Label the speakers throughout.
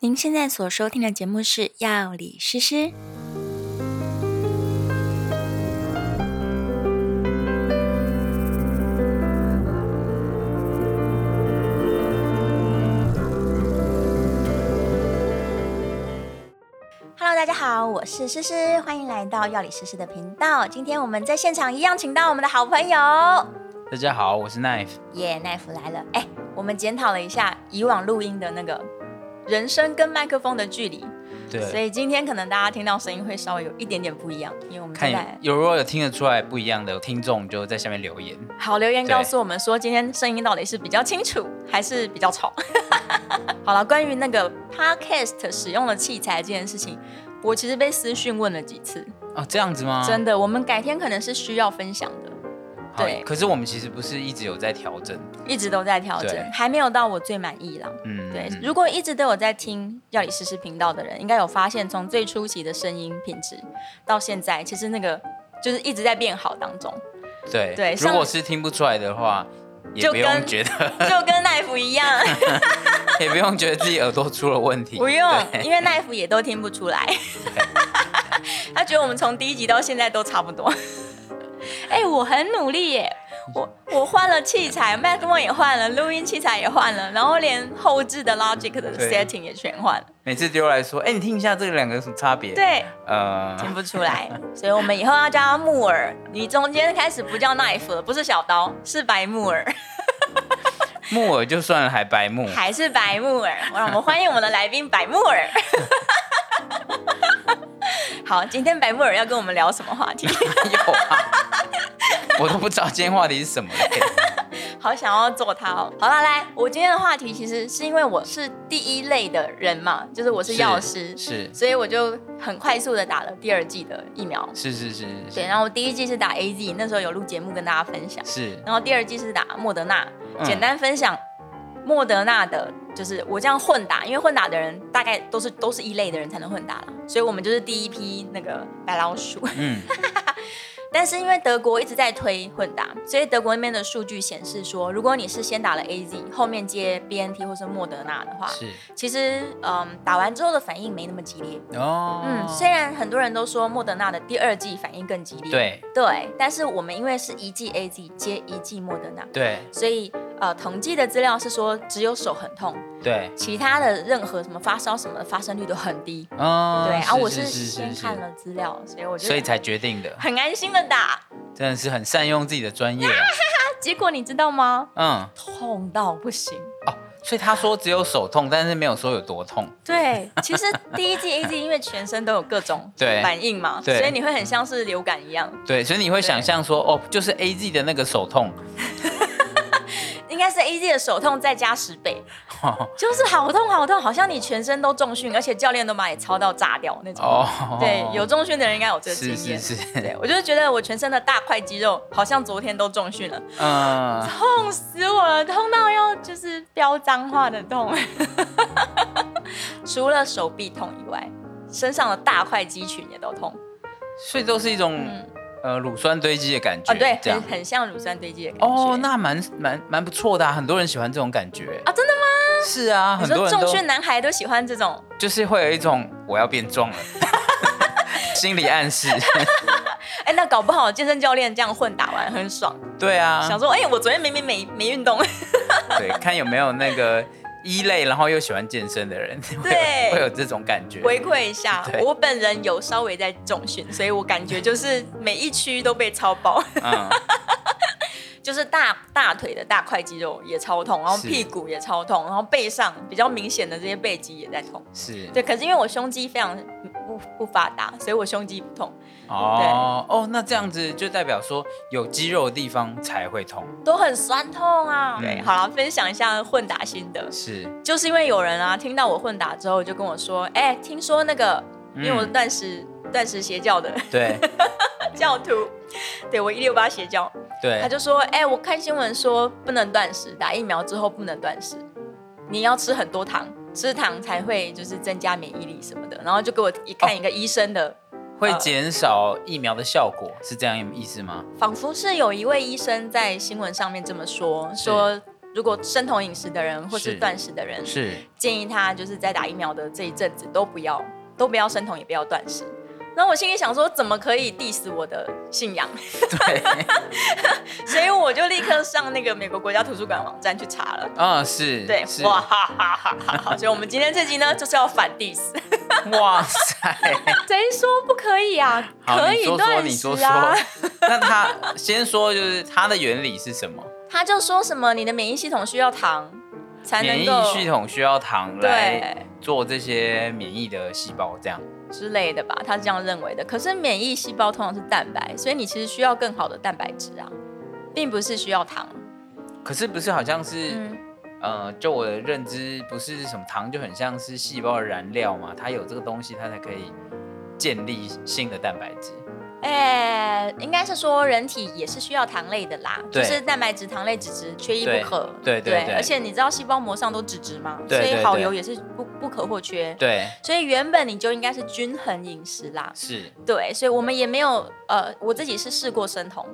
Speaker 1: 您现在所收听的节目是《药理诗诗》。Hello，大家好，我是诗诗，欢迎来到药理诗诗的频道。今天我们在现场一样请到我们的好朋友
Speaker 2: 大家好，我是 Knife。
Speaker 1: 耶奈夫来了。哎，我们检讨了一下以往录音的那个人声跟麦克风的距离，所
Speaker 2: 对，
Speaker 1: 以今天可能大家听到声音会稍微有一点点不一样，因为我们
Speaker 2: 看
Speaker 1: 正
Speaker 2: 有
Speaker 1: 在
Speaker 2: 有如果有听得出来不一样的听众，就在下面留言。
Speaker 1: 好留言
Speaker 2: 对
Speaker 1: 告诉我们说，今天声音到底是比较清楚还是比较吵？ 好了，关于那个 podcast 使用的器材这件事情，我其实被私讯问了几次，
Speaker 2: 哦，这样子吗？
Speaker 1: 真的，我们改天可能是需要分享的，
Speaker 2: 好
Speaker 1: 对
Speaker 2: 可是我们其实不是一直有在调整。
Speaker 1: 一直都在调整
Speaker 2: 对，
Speaker 1: 还没有到我最满意啦。
Speaker 2: 嗯，
Speaker 1: 对，
Speaker 2: 嗯
Speaker 1: 如果一直都有在听药理诗诗频道的人，应该有发现，从最初期的声音品质到现在，其实那个就是一直在变好当中，
Speaker 2: 对
Speaker 1: 对上
Speaker 2: 如果是听不出来的话，也
Speaker 1: 就
Speaker 2: 不用
Speaker 1: 跟
Speaker 2: 觉得，
Speaker 1: 就跟奈夫一样，
Speaker 2: 也不用觉得自己耳朵出了问题。
Speaker 1: 不用
Speaker 2: 对，
Speaker 1: 因为奈夫也都听不出来。 他觉得我们从第一集到现在都差不多。哎、我很努力耶，我我换了器材，麦克风也换了，录音器材也换了，然后连后置的 Logic 的
Speaker 2: 对
Speaker 1: setting 也全换了，
Speaker 2: 每次丢来说，哎、你听一下这两个有什么差别？，
Speaker 1: 对，
Speaker 2: 呃，
Speaker 1: 听不出来。所以我们以后要叫他木耳，你中间开始不叫 knife 了，不是小刀，是白木耳，
Speaker 2: 木耳就算了，还白木。
Speaker 1: 还是白木耳。让我们欢迎我们的来宾白木耳。 好，今天白木耳要跟我们聊什么话题？
Speaker 2: 有啊， 我都不知道今天话题是什么嘞。
Speaker 1: 好想要做它哦。好啦，来，我今天的话题其实是因为我是第一类的人嘛，就是我是药师，
Speaker 2: 是
Speaker 1: 所以我就很快速的打了第二季的疫苗。
Speaker 2: 是是是是
Speaker 1: 对，然后第一季是打 A Z，那时候有录节目跟大家分享。
Speaker 2: 是，
Speaker 1: 然后第二季是打莫德纳，
Speaker 2: 嗯
Speaker 1: 简单分享莫德纳的，就是我这样混打，因为混打的人大概都是都是一类的人才能混打啦，所以我们就是第一批那个白老鼠。
Speaker 2: 嗯，
Speaker 1: 但是因为德国一直在推混打，所以德国那边的数据显示说，如果你是先打了 A Z，后面接 B N T 或是莫德纳的话，
Speaker 2: 是
Speaker 1: 其实嗯打完之后的反应没那么激烈。
Speaker 2: 哦，
Speaker 1: 嗯，虽然很多人都说莫德纳的第二季反应更激烈，
Speaker 2: 对
Speaker 1: 对，但是我们因为是一季 A Z 接一季莫德纳，
Speaker 2: 对
Speaker 1: 所以呃，统计的资料是说只有手很痛，
Speaker 2: 对，
Speaker 1: 其他的任何什么发烧什么的发生率都很低。
Speaker 2: 哦，
Speaker 1: 对，啊，我
Speaker 2: 是
Speaker 1: 是
Speaker 2: 是
Speaker 1: 先
Speaker 2: 是
Speaker 1: 看
Speaker 2: 是，
Speaker 1: 了资料，所以我就
Speaker 2: 所以才决 定的，
Speaker 1: 很安心的打。
Speaker 2: 真的是很善用自己的专业啊，
Speaker 1: 啊结果你知道吗？
Speaker 2: 嗯，
Speaker 1: 痛到不行。
Speaker 2: 哦，所以他说只有手痛，但是没有说有多痛，
Speaker 1: 对，其实第一季 A Z 因为全身都有各种
Speaker 2: 对
Speaker 1: 反应嘛，
Speaker 2: 对
Speaker 1: 所以你会很像是流感一样，
Speaker 2: 对，所以你会想象说，哦，就是 A Z 的那个手痛，
Speaker 1: 应该是 A Z 的手痛再加十倍，就是好痛好痛，好像你全身都重训，而且教练都把你操到炸掉那种。
Speaker 2: 哦，
Speaker 1: 对，有重训的人应该有这个经
Speaker 2: 是
Speaker 1: 验。
Speaker 2: 是是，
Speaker 1: 对，我就是觉得我全身的大块肌肉好像昨天都重训了，
Speaker 2: 嗯，
Speaker 1: 痛死我了，痛到要就是飙脏话的痛。 除了手臂痛以外，身上的大块肌群也都痛。
Speaker 2: 所以都是一种
Speaker 1: 嗯，
Speaker 2: 呃乳酸堆积的感觉，
Speaker 1: 哦，对，
Speaker 2: 这样
Speaker 1: 很。很像乳酸堆积的感觉。
Speaker 2: 哦，那蛮蛮蛮不错的、啊，很多人喜欢这种感觉
Speaker 1: 啊真
Speaker 2: 的吗？是啊，
Speaker 1: 你
Speaker 2: 很
Speaker 1: 说
Speaker 2: 多人
Speaker 1: 重
Speaker 2: 都
Speaker 1: 训男孩都喜欢这种，
Speaker 2: 就是会有一种我要 变壮了，心理暗示。
Speaker 1: 哎，那搞不好健身教练这样混打完很爽，
Speaker 2: 对啊，
Speaker 1: 想说，哎，我昨天明明没没运动，
Speaker 2: 对，看有没有那个一类，然后又喜欢健身的人，会有
Speaker 1: 对
Speaker 2: 会有这种感觉。
Speaker 1: 回馈一下。
Speaker 2: 对
Speaker 1: 我本人有稍微在重训，所以我感觉就是每一区都被超爆。
Speaker 2: 嗯，
Speaker 1: 就是大大腿的大块肌肉也超痛，然后
Speaker 2: 是
Speaker 1: 屁股也超痛，然后背上比较明显的这些背肌也在痛。
Speaker 2: 是。
Speaker 1: 对，可是因为我胸肌非常不不发达，所以我胸肌不痛，
Speaker 2: 哦哦，那这样子就代表说有肌肉的地方才会痛。
Speaker 1: 都很酸痛啊。
Speaker 2: 嗯
Speaker 1: 对，好了，分享一下混打心得，
Speaker 2: 是，
Speaker 1: 就是因为有人啊听到我混打之后就跟我说，哎、听说那个，因为我是
Speaker 2: 嗯
Speaker 1: 断食断食邪教的
Speaker 2: 对
Speaker 1: 教徒，对我一六八邪教，他
Speaker 2: 对，
Speaker 1: 就说：“哎、我看新闻说不能断食，打疫苗之后不能断食，你要吃很多糖，吃糖才会就是增加免疫力什么的。”然后就给我一看一个医生的，
Speaker 2: 会
Speaker 1: 呃
Speaker 2: 减少疫苗的效果，是这样意思吗？
Speaker 1: 仿佛是有一位医生在新闻上面这么说，说如果生酮饮食的人或是
Speaker 2: 是
Speaker 1: 断食的人，
Speaker 2: 是
Speaker 1: 建议他就是在打疫苗的这一阵子都不要都不要生酮，也不要断食。然后我心里想说，怎么可以 diss 我的信仰？
Speaker 2: 对
Speaker 1: 所以我就立刻上那个美国国家图书馆网站去查了。
Speaker 2: 啊、是
Speaker 1: 对，
Speaker 2: 是
Speaker 1: 哇哈哈哈哈哈！所以我们今天这集呢，就是要反 diss。
Speaker 2: 哇塞，
Speaker 1: 谁说不可以啊？
Speaker 2: 好，
Speaker 1: 可
Speaker 2: 你
Speaker 1: 以
Speaker 2: 说说，
Speaker 1: 断
Speaker 2: 你说
Speaker 1: 食
Speaker 2: 说
Speaker 1: 啊！。
Speaker 2: 那它先说就是它的原理是什么？
Speaker 1: 他就说什么你的免疫系统需要糖才能
Speaker 2: 免疫
Speaker 1: 够
Speaker 2: 系统需要糖来
Speaker 1: 对
Speaker 2: 做这些免疫的细胞，这样
Speaker 1: 之类的吧，他是这样认为的。可是免疫细胞通常是蛋白，所以你其实需要更好的蛋白质啊，并不是需要糖。
Speaker 2: 可是不是好像是、
Speaker 1: 嗯，
Speaker 2: 呃，就我的认知，不是什么糖就很像是细胞的燃料嘛？它有这个东西，它才可以建立新的蛋白质。
Speaker 1: 哎、应该是说人体也是需要糖类的啦，就
Speaker 2: 对
Speaker 1: 是蛋白质、糖类、脂质缺一
Speaker 2: 对
Speaker 1: 不可。
Speaker 2: 对对对
Speaker 1: 而且你知道细胞膜上都脂质吗？
Speaker 2: 对
Speaker 1: 所
Speaker 2: 对
Speaker 1: 以好
Speaker 2: 对
Speaker 1: 油也是不不可或缺。
Speaker 2: 对，
Speaker 1: 所以原本你就应该是均衡饮食啦，
Speaker 2: 是，
Speaker 1: 对，所以我们也没有呃，我自己是试过生酮，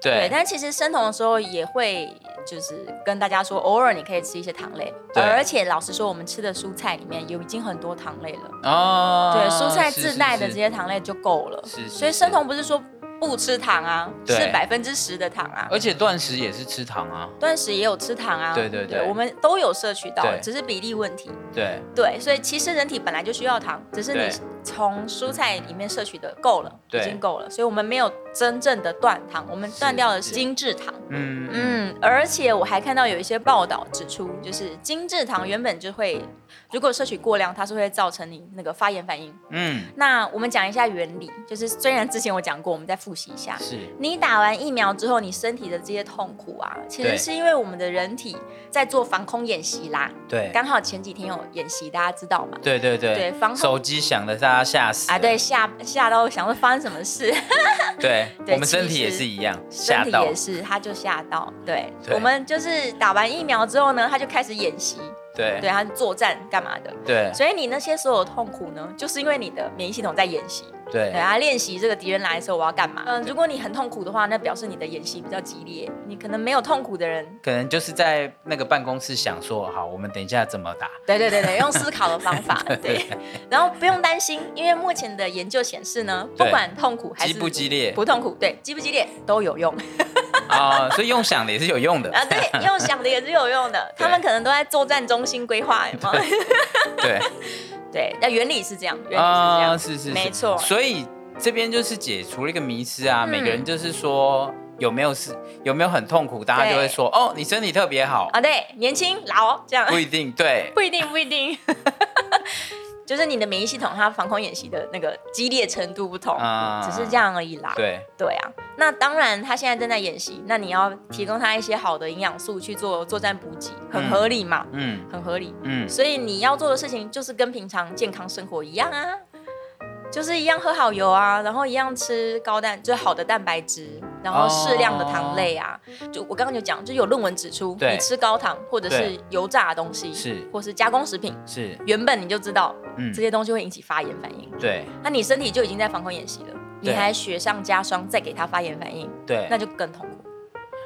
Speaker 1: 对，
Speaker 2: 对，
Speaker 1: 但其实生酮的时候也会就是跟大家说，偶尔你可以吃一些糖类，
Speaker 2: 对
Speaker 1: 而且老实说，我们吃的蔬菜里面有已经很多糖类了，
Speaker 2: 哦，
Speaker 1: 对，蔬菜
Speaker 2: 是
Speaker 1: 自带的这，
Speaker 2: 是是
Speaker 1: 些糖类就够了，
Speaker 2: 是是
Speaker 1: 所以
Speaker 2: 是
Speaker 1: 生酮不是说不吃糖啊，
Speaker 2: 对
Speaker 1: 是百分之十的糖啊。
Speaker 2: 而且断食也是吃糖啊，
Speaker 1: 断食也有吃糖啊，
Speaker 2: 对对对
Speaker 1: 我们都有摄取到
Speaker 2: 对，
Speaker 1: 只是比例问题。
Speaker 2: 对，
Speaker 1: 对，所以其实人体本来就需要糖，只是你
Speaker 2: 对
Speaker 1: 从蔬菜里面摄取的够了，已
Speaker 2: 对
Speaker 1: 经够了，所以我们没有真正的断糖，我们断掉的是
Speaker 2: 是
Speaker 1: 精制糖。
Speaker 2: 嗯嗯，
Speaker 1: 嗯，而且我还看到有一些报道指出，就是精制糖原本就会，如果摄取过量，它是会造成你那个发炎反应。
Speaker 2: 嗯，
Speaker 1: 那我们讲一下原理，就是虽然之前我讲过，我们再复习一下。
Speaker 2: 是，
Speaker 1: 你打完疫苗之后，你身体的这些痛苦啊，其实
Speaker 2: 对
Speaker 1: 是因为我们的人体在做防空演习啦。
Speaker 2: 对，
Speaker 1: 刚好前几天有演习，大家知道吗？
Speaker 2: 对对对，
Speaker 1: 对防控
Speaker 2: 手机响的大家吓死
Speaker 1: 啊，
Speaker 2: 了
Speaker 1: 对，吓吓到想说发生什么 事，
Speaker 2: 对，
Speaker 1: 对
Speaker 2: 我们
Speaker 1: 其
Speaker 2: 身体
Speaker 1: 实
Speaker 2: 也是一样，
Speaker 1: 身
Speaker 2: 吓
Speaker 1: 体
Speaker 2: 到
Speaker 1: 也，是，他就吓到。对，
Speaker 2: 对
Speaker 1: 我们就是打完疫苗之后呢，他就开始演习，
Speaker 2: 对
Speaker 1: 对，他作战干嘛的。
Speaker 2: 对
Speaker 1: 所以你那些所有痛苦呢，就是因为你的免疫系统在演习，对，
Speaker 2: 对
Speaker 1: 他练习这个敌人来的时候我要干嘛？嗯、如果你很痛苦的话，那表示你的演习比较激烈，你可能没有痛苦的人。
Speaker 2: 可能就是在那个办公室想说，好，我们等一下怎么打，
Speaker 1: 对对对对，用思考的方 法，对，然后不用担心，因为目前的研究显示呢，不
Speaker 2: 对
Speaker 1: 管痛苦还
Speaker 2: 激
Speaker 1: 是
Speaker 2: 不激烈
Speaker 1: 不痛苦，对，激不激烈都有 用。
Speaker 2: 啊？所以用想的也是 有用的，
Speaker 1: 啊，对，用想的也是有用的。
Speaker 2: 对
Speaker 1: 他们可能都在作战中心规划，有吗？
Speaker 2: 对，
Speaker 1: 对，那原理是这样，原理是这样。
Speaker 2: 啊，是是是，
Speaker 1: 没错
Speaker 2: 所以这边就是解除了一个迷思啊，
Speaker 1: 嗯
Speaker 2: 每个人就是说有没有是有没有很痛苦，大家就会说哦，你身体特别 好，
Speaker 1: 啊，对，年轻老这样
Speaker 2: 不，一定对，
Speaker 1: 不一定，不一定。 就是你的免疫系统，它防空演习的那个激烈程度不同，
Speaker 2: 啊
Speaker 1: 只是这，样而已啦。
Speaker 2: 对
Speaker 1: 对啊，那当然，他现在正在演习，那你要提供他一些好的营养素去做作战补给，很
Speaker 2: 嗯
Speaker 1: 合理嘛，
Speaker 2: 嗯
Speaker 1: 很合理。
Speaker 2: 嗯，
Speaker 1: 所以你要做的事情就是跟平常健康生活一样啊，就是一样喝好油啊，然后一样吃高蛋，就是好的蛋白质，然后适量的糖类啊。就我刚刚有讲，就有论文指出，
Speaker 2: 哦对
Speaker 1: 你吃高糖或者是
Speaker 2: 对
Speaker 1: 油炸的东西，
Speaker 2: 是
Speaker 1: 或是加工食品，
Speaker 2: 是，
Speaker 1: 原本你就知道
Speaker 2: 嗯
Speaker 1: 这，些东西会引起发炎反应，
Speaker 2: 对
Speaker 1: 那你身体就已经在防空演习了，你
Speaker 2: 对
Speaker 1: 还雪上加霜再给它发炎反应，
Speaker 2: 对，
Speaker 1: 那就更痛苦。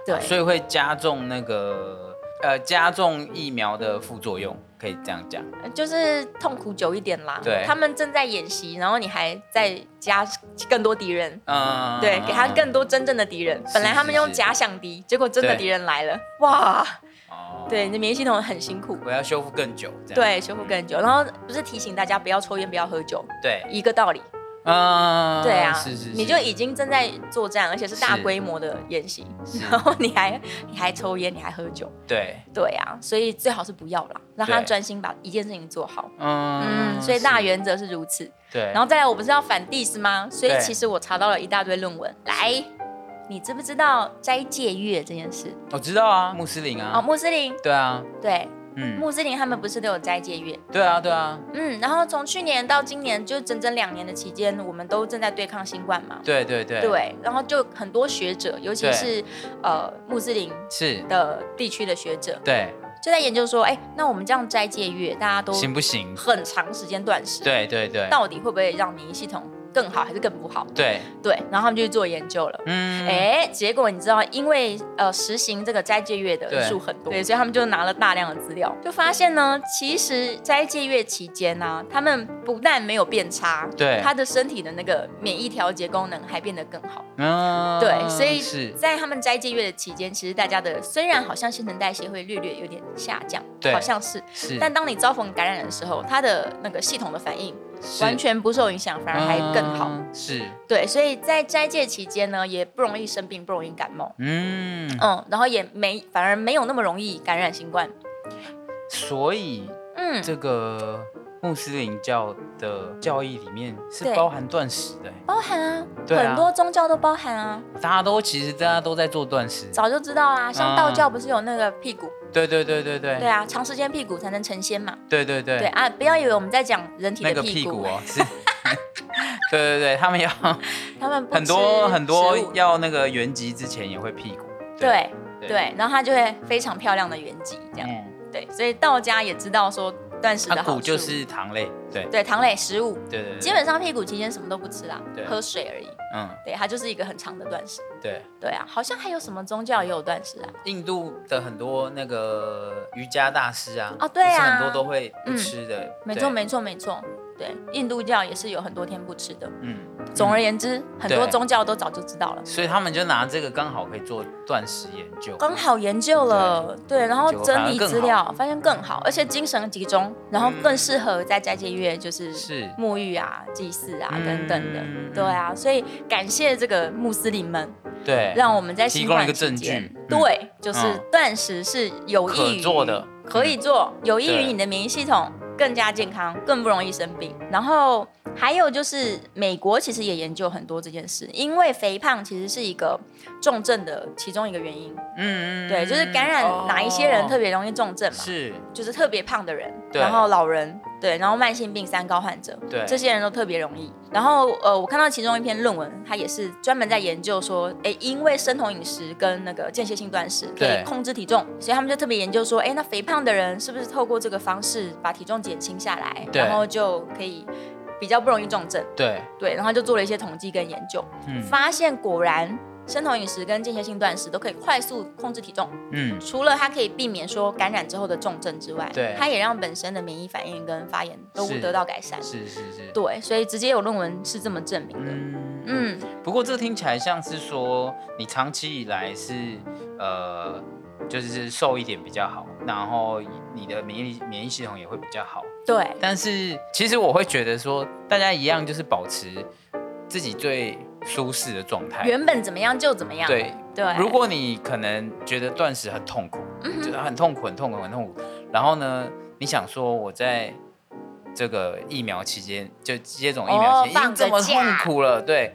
Speaker 1: 对，
Speaker 2: 所以会加重那个呃加重疫苗的副作用，可以这样讲。
Speaker 1: 就是痛苦久一点啦。
Speaker 2: 对
Speaker 1: 他们正在演习，然后你还在加更多敌人，
Speaker 2: 嗯，
Speaker 1: 对，给他更多真正的敌人。本来他们用
Speaker 2: 是
Speaker 1: 假想敌，结果真的
Speaker 2: 对
Speaker 1: 敌人来了，哇！
Speaker 2: 哦
Speaker 1: 对，你的免疫系统很辛苦，
Speaker 2: 我要修复更久，这样
Speaker 1: 对，修复更久。然后不是提醒大家不要抽烟，不要喝酒，
Speaker 2: 对，
Speaker 1: 一个道理。
Speaker 2: 嗯，
Speaker 1: 对啊，
Speaker 2: 是是，是
Speaker 1: 你就已经正在作战，而且是大
Speaker 2: 是
Speaker 1: 规模的演习，
Speaker 2: 是
Speaker 1: 然后你还你还抽烟，你还喝酒，
Speaker 2: 对，
Speaker 1: 对啊，所以最好是不要啦，让他
Speaker 2: 对
Speaker 1: 专心把一件事情做好。
Speaker 2: 嗯
Speaker 1: 嗯，所以大
Speaker 2: 是
Speaker 1: 原则是如此。
Speaker 2: 对，
Speaker 1: 然后再来，我不是要反 diss 吗？所以
Speaker 2: 对
Speaker 1: 其实我查到了一大堆论文。来，你知不知道斋戒月这件事？
Speaker 2: 我知道啊，穆斯林啊，
Speaker 1: 哦，穆斯林
Speaker 2: 对啊，
Speaker 1: 对，
Speaker 2: 嗯，
Speaker 1: 穆斯林他们不是都有斋戒月？
Speaker 2: 对啊，对啊，
Speaker 1: 嗯，然后从去年到今年，就整整两年的期间，我们都正在对抗新冠嘛。
Speaker 2: 对对对，
Speaker 1: 对，然后就很多学者，尤其
Speaker 2: 对
Speaker 1: 是呃穆斯林
Speaker 2: 是，
Speaker 1: 的地区的学者，
Speaker 2: 对，
Speaker 1: 就在研究说，哎，那我们这样斋戒月，大家都
Speaker 2: 行不行？
Speaker 1: 很长时间断食，
Speaker 2: 对对对，
Speaker 1: 到底会不会让免疫系统更好还是更不好？
Speaker 2: 对，
Speaker 1: 对，然后他们就去做研究了。
Speaker 2: 嗯，
Speaker 1: 哎、结果你知道，因为呃实行这个斋戒月的人
Speaker 2: 对
Speaker 1: 数很多，对，所以他们就拿了大量的资料，就发现呢，其实斋戒月期间呢、他们不但没有变差，
Speaker 2: 对
Speaker 1: 他的身体的那个免疫调节功能还变得更好。
Speaker 2: 嗯，
Speaker 1: 对，所以
Speaker 2: 是，
Speaker 1: 在他们斋戒月的期间，其实大家的虽然好像新陈代谢会略略有点下降，
Speaker 2: 对
Speaker 1: 好像是，
Speaker 2: 是，
Speaker 1: 但当你遭逢感染的时候，它的那个系统的反应
Speaker 2: 是
Speaker 1: 完全不受影响，反而还更好。
Speaker 2: 嗯是，
Speaker 1: 对，所以在斋戒期间呢，也不容易生病，不容易感冒。
Speaker 2: 嗯，
Speaker 1: 嗯，然后也没，反而没有那么容易感染新冠。
Speaker 2: 所以
Speaker 1: 嗯，
Speaker 2: 这个穆斯林教的教义里面是
Speaker 1: 对
Speaker 2: 包含断食的欸，
Speaker 1: 包含啊，
Speaker 2: 对啊
Speaker 1: 很多宗教都包含啊，
Speaker 2: 大家都其实大家都在做断食，
Speaker 1: 早就知道啦。像
Speaker 2: 嗯
Speaker 1: 道教不是有那个辟谷？
Speaker 2: 对对对对对
Speaker 1: 对啊，长时间辟谷才能成仙嘛。
Speaker 2: 对对对
Speaker 1: 对啊，不要以为我们在讲人体
Speaker 2: 那
Speaker 1: 的
Speaker 2: 个
Speaker 1: 屁
Speaker 2: 屁
Speaker 1: 股，
Speaker 2: 股 哦，是，对对对，他们要
Speaker 1: 他们不
Speaker 2: 很多
Speaker 1: 吃
Speaker 2: 很多
Speaker 1: 食物
Speaker 2: 要那个原籍之前也会屁股，
Speaker 1: 对
Speaker 2: 对
Speaker 1: 对，然后它就会非常漂亮的圆脊这样。
Speaker 2: 嗯，
Speaker 1: 对，所以道家也知道说断食
Speaker 2: 它
Speaker 1: 的好
Speaker 2: 骨
Speaker 1: 处，
Speaker 2: 就是糖类，对
Speaker 1: 对糖类食物，
Speaker 2: 对对
Speaker 1: 基
Speaker 2: 对，
Speaker 1: 本上辟谷期间什么都不吃啦
Speaker 2: 对，
Speaker 1: 喝水而已。
Speaker 2: 嗯
Speaker 1: 对，它就是一个很长的断食。
Speaker 2: 对，
Speaker 1: 对啊，好像还有什么宗教也有断食啊？
Speaker 2: 印度的很多那个瑜伽大师啊，
Speaker 1: 哦对啊
Speaker 2: 就是很多都会不吃的，
Speaker 1: 没
Speaker 2: 对
Speaker 1: 错，没错，没错。对，印度教也是有很多天不吃的。
Speaker 2: 嗯，
Speaker 1: 总而
Speaker 2: 言，
Speaker 1: 言之，很多
Speaker 2: 对
Speaker 1: 宗教都早就知道了，
Speaker 2: 所以他们就拿这个刚好可以做断食研究，
Speaker 1: 刚好研究了，对，然后
Speaker 2: 结果
Speaker 1: 整
Speaker 2: 反而
Speaker 1: 理
Speaker 2: 更
Speaker 1: 资料，发现更好，而且精神集中，然后
Speaker 2: 嗯
Speaker 1: 更适合在斋戒月就是
Speaker 2: 是
Speaker 1: 沐浴啊、祭祀啊
Speaker 2: 嗯
Speaker 1: 等等的
Speaker 2: 嗯。
Speaker 1: 对啊，所以感谢这个穆斯林们，
Speaker 2: 对，
Speaker 1: 让我们在
Speaker 2: 提
Speaker 1: 新
Speaker 2: 供了一
Speaker 1: 冠
Speaker 2: 个
Speaker 1: 期
Speaker 2: 证
Speaker 1: 间
Speaker 2: 据，，
Speaker 1: 对，就是
Speaker 2: 嗯
Speaker 1: 断食是有益于
Speaker 2: 可做的嗯
Speaker 1: 可以做，有益于
Speaker 2: 对
Speaker 1: 你的免疫系统更加健康，更不容易生病。然后还有就是，美国其实也研究很多这件事，因为肥胖其实是一个重症的其中一个原因。
Speaker 2: 嗯嗯，
Speaker 1: 对，就是感染哪一些人特
Speaker 2: 别
Speaker 1: 别容易重症嘛，
Speaker 2: 是，
Speaker 1: 就是特别胖的人，
Speaker 2: 对
Speaker 1: 然后老人，对，然后慢性病三高患者，
Speaker 2: 对
Speaker 1: 这些人都特别容易。然后呃，我看到其中一篇论文，它也是专门在研究说，哎，因为生酮饮食跟那个间歇性断食可以
Speaker 2: 对
Speaker 1: 控制体重，所以他们就特别研究说，哎，那肥胖的人是不是透过这个方式把体重减轻下来，
Speaker 2: 对
Speaker 1: 然后就可以比较不容易重症，
Speaker 2: 对，
Speaker 1: 对，然后就做了一些统计跟研究，
Speaker 2: 嗯
Speaker 1: 发现果然生酮饮食跟间歇性断食都可以快速控制体重。
Speaker 2: 嗯，
Speaker 1: 除了它可以避免说感染之后的重症之外，
Speaker 2: 对
Speaker 1: 它也让本身的免疫反应跟发炎都
Speaker 2: 是
Speaker 1: 得到改善。
Speaker 2: 是是是，
Speaker 1: 对，所以直接有论文是这么证明的。
Speaker 2: 嗯嗯。
Speaker 1: 嗯，
Speaker 2: 不过这听起来像是说你长期以来是呃，就是瘦一点比较好，然后你的免疫免疫系统也会比较好。
Speaker 1: 对，
Speaker 2: 但是其实我会觉得说，大家一样就是保持自己最舒适的状态。
Speaker 1: 原本怎么样就怎么样。
Speaker 2: 对，
Speaker 1: 对，
Speaker 2: 如果你可能觉得断食很痛苦，
Speaker 1: 嗯
Speaker 2: 觉
Speaker 1: 哼
Speaker 2: 得很痛苦、很痛苦、很痛苦，然后呢，你想说我在这个疫苗期间，就接种疫苗期间、
Speaker 1: 哦
Speaker 2: 已经这么
Speaker 1: 放
Speaker 2: 痛
Speaker 1: 个假
Speaker 2: 苦了，对，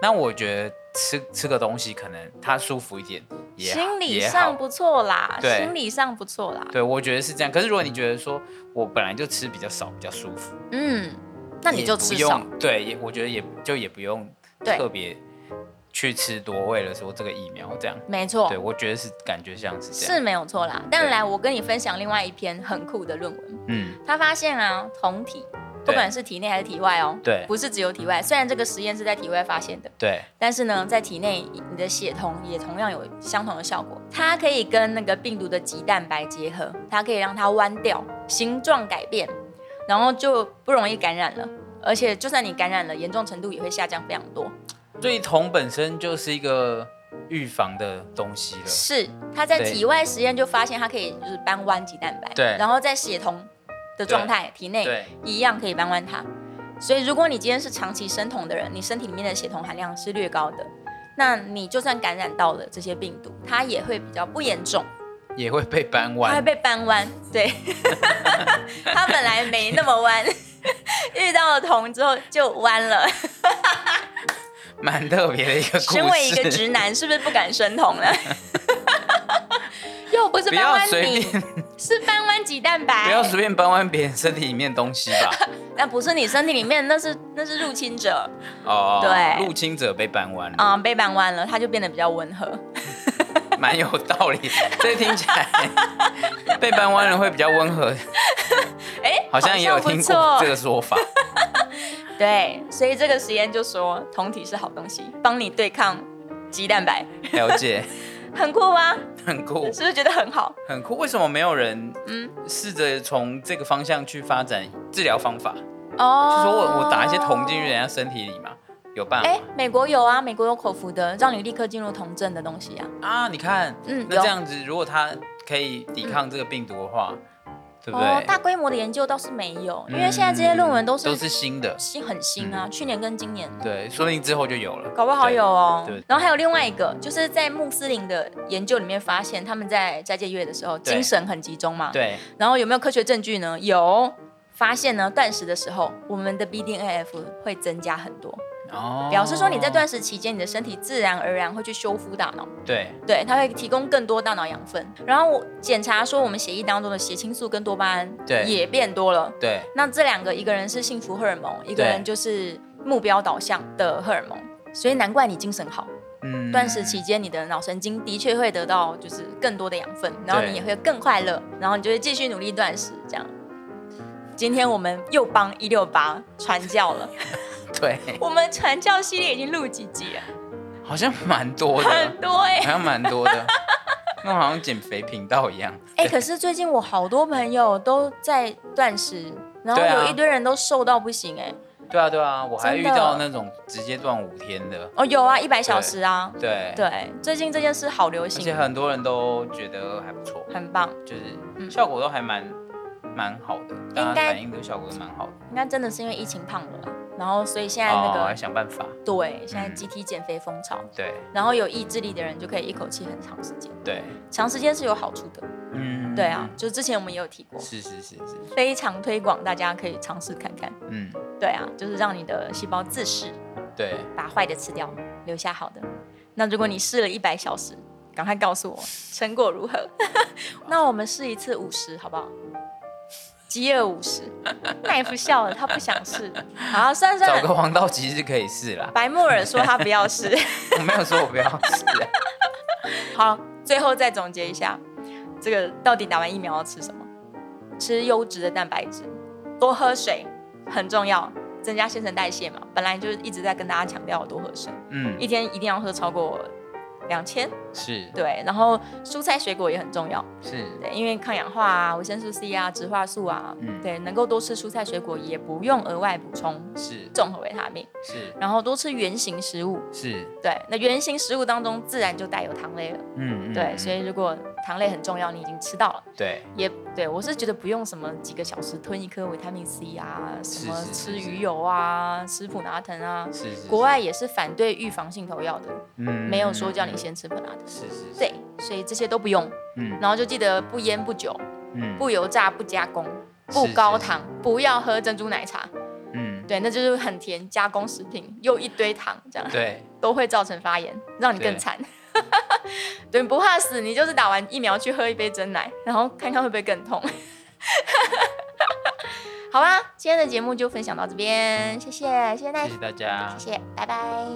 Speaker 2: 那我觉得吃吃个东西可能它舒服一点也好
Speaker 1: 心理
Speaker 2: 也
Speaker 1: 上
Speaker 2: 好。
Speaker 1: 不错啦，
Speaker 2: 对
Speaker 1: 心理上不错啦。
Speaker 2: 对，我觉得是这样。可是如果你觉得说我本来就吃比较少，比较舒服，
Speaker 1: 嗯，那你
Speaker 2: 也
Speaker 1: 就
Speaker 2: 不
Speaker 1: 吃
Speaker 2: 用
Speaker 1: 少。
Speaker 2: 对，也我觉得也就也不用
Speaker 1: 对
Speaker 2: 特别去吃多，为了说这个疫苗这样。
Speaker 1: 没错
Speaker 2: 对，，我觉得是感觉像是这样。
Speaker 1: 是
Speaker 2: 是，
Speaker 1: 没有错啦。但
Speaker 2: 对
Speaker 1: 来，我跟你分享另外一篇很酷的论文，
Speaker 2: 嗯，
Speaker 1: 他发现啊，酮体。不
Speaker 2: 对
Speaker 1: 管是体内还是体外哦，
Speaker 2: 对
Speaker 1: 不是只有体外。虽然这个实验是在体外发现的，
Speaker 2: 对，
Speaker 1: 但是呢，在体内你的血酮也同样有相同的效果，它可以跟那个病毒的棘蛋白结合，它可以让它弯掉，形状改变，然后就不容易感染了。而且就算你感染了，严重程度也会下降非常多。
Speaker 2: 所以酮本身就是一个预防的东西了。
Speaker 1: 是，它在
Speaker 2: 对
Speaker 1: 体外实验就发现它可以就是扳弯棘蛋白，
Speaker 2: 对
Speaker 1: 然后在血酮的状态体内
Speaker 2: 对，
Speaker 1: 一样可以扳弯它。所以如果你今天是长期生酮的人，你身体里面的血酮含量是略高的，那你就算感染到了这些病毒，它也会比较不严重。
Speaker 2: 也会被
Speaker 1: 它
Speaker 2: 搬
Speaker 1: 会
Speaker 2: 弯。
Speaker 1: 哎被扳弯， 对，它本来没那么弯， 遇到了铜之后就弯 了。
Speaker 2: 蛮特别的一个故事。
Speaker 1: 身为一个直男，是不是不敢生酮 了？又不是
Speaker 2: 不
Speaker 1: 扳
Speaker 2: 要
Speaker 1: 弯
Speaker 2: 随
Speaker 1: 你，
Speaker 2: 便，
Speaker 1: 是扳弯鸡蛋白，
Speaker 2: 不要随便搬弯别人身体里面东西 吧。
Speaker 1: 那不是你身体里面，那是那是入侵者
Speaker 2: 哦，
Speaker 1: 对
Speaker 2: 入侵者被搬弯了，
Speaker 1: 啊、被扳弯了，它就变得比较温和。
Speaker 2: 蛮有道理。这听起来 被搬弯了会比较温和，
Speaker 1: 哎、
Speaker 2: 好像也有
Speaker 1: 不
Speaker 2: 听
Speaker 1: 错
Speaker 2: 过这个说法。
Speaker 1: 对，所以这个实验就说酮体是好东西，帮你对抗鸡蛋白，
Speaker 2: 了解，
Speaker 1: 很酷啊，
Speaker 2: 很酷
Speaker 1: 是，不是觉得很好？
Speaker 2: 很酷。为什么没有人
Speaker 1: 嗯，
Speaker 2: 试着从这个方向去发展治疗方法？就
Speaker 1: 哦，
Speaker 2: 说我我打一些酮进去
Speaker 1: 啊
Speaker 2: 人家身体里嘛，有办
Speaker 1: 哎、
Speaker 2: 法
Speaker 1: 美国有啊，美国有口服的，让你立刻进入酮症的东西啊。
Speaker 2: 啊？你看，
Speaker 1: 嗯，
Speaker 2: 那
Speaker 1: 有
Speaker 2: 这样子，如果他可以抵抗这个病毒的话，对不
Speaker 1: 哦，
Speaker 2: 对？
Speaker 1: 大规模的研究倒是没有，
Speaker 2: 嗯
Speaker 1: 因为现在这些论文都
Speaker 2: 都
Speaker 1: 是
Speaker 2: 是新的，
Speaker 1: 新很新啊，去年跟今年。
Speaker 2: 对，说不定之后就有了。
Speaker 1: 搞不好有哦
Speaker 2: 对对。
Speaker 1: 然后还有另外一个，就是在穆斯林的研究里面发现，他们在斋戒月的时候
Speaker 2: 对
Speaker 1: 精神很集中嘛。。
Speaker 2: 对，
Speaker 1: 然后有没有科学证据呢？有，发现呢，断食的时候，我们的 BDNF 会增加很多，
Speaker 2: 哦，
Speaker 1: 表示说你在断食期间，你的身体自然而然会去修复大脑。
Speaker 2: 对，
Speaker 1: 对，它会提供更多大脑养分。然后我检查说我们血液当中的血清素跟多巴胺
Speaker 2: 对
Speaker 1: 也变多了。
Speaker 2: 对，
Speaker 1: 那这两个，一个人是幸福荷尔蒙，一个
Speaker 2: 对
Speaker 1: 人就是目标导向的荷尔蒙。所以难怪你精神好，
Speaker 2: 嗯，
Speaker 1: 断食期间你的脑神经的确会得到就是更多的养分，然后
Speaker 2: 对
Speaker 1: 你也会更快乐，然后你就会继续努力断食这样。今天我们又帮一六八传教了，
Speaker 2: 对，
Speaker 1: 我们传教系列已经录几集了，
Speaker 2: 好像蛮多 的，
Speaker 1: 很多哎、
Speaker 2: 好像蛮多的，那好像减肥频道 一样。
Speaker 1: 哎、可是最近我好多朋友都在断食，然后
Speaker 2: 对啊
Speaker 1: 有一堆人都瘦到不行哎、
Speaker 2: 对啊，对啊，我还
Speaker 1: 真
Speaker 2: 遇
Speaker 1: 的
Speaker 2: 到那种直接断五天的，
Speaker 1: 哦，有啊，一百小时啊，
Speaker 2: 对，
Speaker 1: 对，最近这件事好流
Speaker 2: 而且
Speaker 1: 行，
Speaker 2: 很多人都觉得还不错，
Speaker 1: 很棒，
Speaker 2: 就是
Speaker 1: 嗯
Speaker 2: 效果都还蛮蛮好的，大家
Speaker 1: 应该
Speaker 2: 反应的效果都蛮好的。
Speaker 1: 应该真的是因为疫情胖了啦，然后所以现在那
Speaker 2: 哦，
Speaker 1: 个、
Speaker 2: 要想办法，
Speaker 1: 对，现在
Speaker 2: 嗯
Speaker 1: 集体减肥风潮，
Speaker 2: 对
Speaker 1: 然后有意志力的人就可以一口气很长时间，
Speaker 2: 对，
Speaker 1: 长时间是有好处的，
Speaker 2: 嗯，
Speaker 1: 对啊，就之前我们也有提过，
Speaker 2: 是是是是，
Speaker 1: 非常推广，大家可以尝试看看，
Speaker 2: 嗯，
Speaker 1: 对啊，就是让你的细胞自噬，
Speaker 2: 对，
Speaker 1: 把坏的吃掉，留下好的。那如果你试了一百小时，赶快告诉我成果如何。 那我们试一次五十，好不好？饥饿五十，奈夫笑了，他不想试。好，算了
Speaker 2: 找
Speaker 1: 算
Speaker 2: 个
Speaker 1: 了。，
Speaker 2: 黄道吉日可以试啦
Speaker 1: 白木耳说他不要试。
Speaker 2: 我没有说我不要 试啊，
Speaker 1: 好，最后再总结一下，这个到底打完疫苗要吃什么？吃优质的蛋白质，多喝水很重要，增加新陈代谢嘛。本来就是一直在跟大家强调多喝水，
Speaker 2: 嗯，
Speaker 1: 一天一定要喝超过两千。
Speaker 2: 是
Speaker 1: 对，然后蔬菜水果也很重要，
Speaker 2: 是，
Speaker 1: 对，因为抗氧化啊、维生素 C 啊、植化素啊，
Speaker 2: 嗯
Speaker 1: 对，能够多吃蔬菜水果，也不用额外补充
Speaker 2: 是
Speaker 1: 综合维他命，
Speaker 2: 是
Speaker 1: 然后多吃原型食物，
Speaker 2: 是，
Speaker 1: 对，那原型食物当中自然就带有糖类了，
Speaker 2: 嗯，嗯
Speaker 1: 对，所以如果糖类很重要，你已经吃到了。
Speaker 2: 对
Speaker 1: 也对我是觉得不用什么几个小时吞一颗维他命 C 啊，什
Speaker 2: 是
Speaker 1: 么
Speaker 2: 是
Speaker 1: 吃
Speaker 2: 是是
Speaker 1: 鱼油啊，吃普拿疼啊，
Speaker 2: 是是是，
Speaker 1: 国外也是反对预防性投药的，
Speaker 2: 嗯
Speaker 1: 没有说叫你
Speaker 2: 嗯
Speaker 1: 先吃普拿疼，
Speaker 2: 是是，是
Speaker 1: 对，，所以这些都不用，
Speaker 2: 嗯
Speaker 1: 然后就记得不烟不酒、
Speaker 2: 嗯
Speaker 1: 不油炸、不加工、不
Speaker 2: 是
Speaker 1: 高糖，不要喝珍珠奶茶。
Speaker 2: 嗯
Speaker 1: 对，那就是很甜，加工食品又一堆糖，这样
Speaker 2: 对
Speaker 1: 都会造成发炎，让你更
Speaker 2: 对
Speaker 1: 惨。 对，你不怕死，你就是打完疫苗去喝一杯真奶，然后看看会不会更痛。 好啦，今天的节目就分享到这边，谢谢，谢谢奈
Speaker 2: 谢谢大家，
Speaker 1: 谢谢，拜拜。